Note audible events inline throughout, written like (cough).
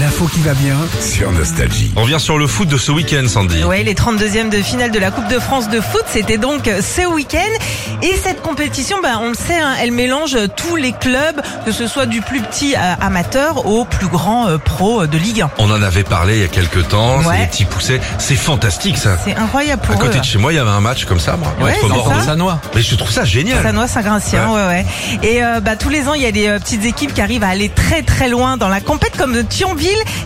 L'info qui va bien. sur Nostalgie. On revient sur le foot de ce week-end, Sandy. Ouais, les 32e de finale de la Coupe de France de foot, c'était donc ce week-end. Et cette compétition, ben, on le sait, hein, elle mélange tous les clubs, que ce soit du plus petit euh, amateur au plus grand euh, pro euh, de Ligue 1. On en avait parlé il y a quelques temps, c'est Ouais. les petits poussets. C'est fantastique, ça. C'est incroyable À pour eux. hein. côté de chez moi, il y avait un match comme ça, moi, Ouais, entre c'est Bordeaux. ça. Sanois. Mais je trouve ça génial. Sanois, Saint-Gratien, ouais. ouais, Et euh, bah, tous les ans, il y a des euh, petites équipes qui arrivent à aller très très loin dans la compète, comme Thionville,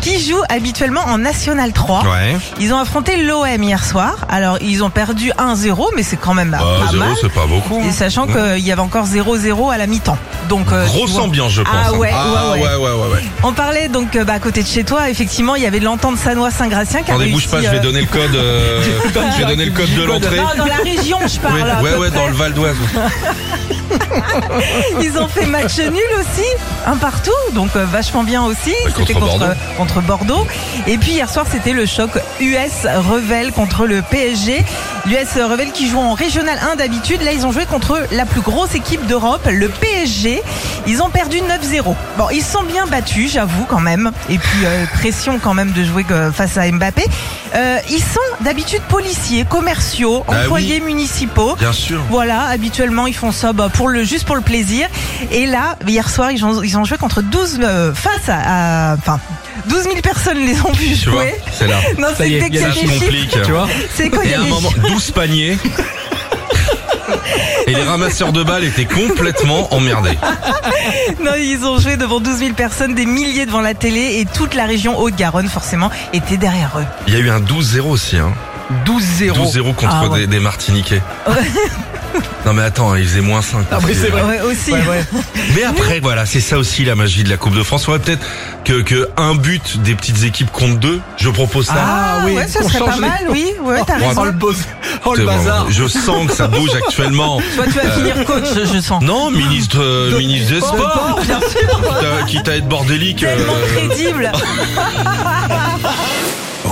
qui joue habituellement en National 3. Ouais. Ils ont affronté l'OM hier soir. Alors, ils ont perdu 1-0, mais c'est quand même bah, Bah, pas zéro, mal. c'est pas beaucoup. Et sachant qu'il y avait encore 0-0 à la mi-temps. Donc, euh, tu Grosse vois. ambiance, je pense. Ah hein. ouais, ouais, ouais. ouais, ouais, ouais. On parlait donc euh, bah, à côté de chez toi, effectivement, il y avait l'entente sanois Saint-Gratien qui a Attendez, réussi, bouge pas, je vais euh, donner le code. (laughs) euh, je vais donner le code de l'entrée. Non, dans la région, je (laughs) parle. Ouais, à ouais, peu ouais, près. dans le Val d'Oise. Ils ont fait match nul aussi, un partout, donc euh, vachement bien aussi. Ouais, C'était Bah, contre Bordeaux. contre Bordeaux. Et puis hier soir, c'était le choc US Revel contre le PSG. L'US Revel qui joue en régional 1 d'habitude, là ils ont joué contre la plus grosse équipe d'Europe, le PSG. Ils ont perdu 9-0. Bon, ils se sont bien battus, j'avoue quand même. Et puis euh, pression quand même de jouer euh, face à Mbappé. Euh, ils sont d'habitude policiers, commerciaux, Ah oui. employés municipaux. Bien sûr. Voilà, habituellement ils font ça bah, pour le juste pour le plaisir. Et là, hier soir, ils ont, ils ont joué contre 12 euh, face à, à- enfin 12 000 personnes les ont vu Tu vois, jouer. c'est là. Non, Ça c'est y est, dès il y qu'il a y a Ça des se chiffres. complique. Tu vois C'est quoi Et à un moment, 12 paniers. Et les ramasseurs de balles étaient complètement emmerdés. Non, ils ont joué devant 12 000 personnes, des milliers devant la télé et toute la région Haute-Garonne forcément était derrière eux. Il y a eu un 12-0 aussi, hein. 12-0. 12-0 contre Ah ouais. des, des Martiniquais. non mais attends, ils faisaient moins 5. Ah oui, c'est vrai. Ouais, aussi. Ouais, (laughs) ouais. Mais après, voilà, c'est ça aussi la magie de la Coupe de France. Ouais, peut-être que, que un but des petites équipes contre deux, je propose ça. Ah, Ah oui, ouais, ça qu'on serait pas change les- mal, oui. Ouais, t'as Ouais, raison. Oh le, buzz. Oh, le Exactement. bazar. Je sens que ça bouge actuellement. Toi, tu vas finir coach, je, je sens. Non, ministre, euh, ministre des Sports, Bon, bien sûr. quitte à- quitte à être bordélique. euh, Tellement crédible.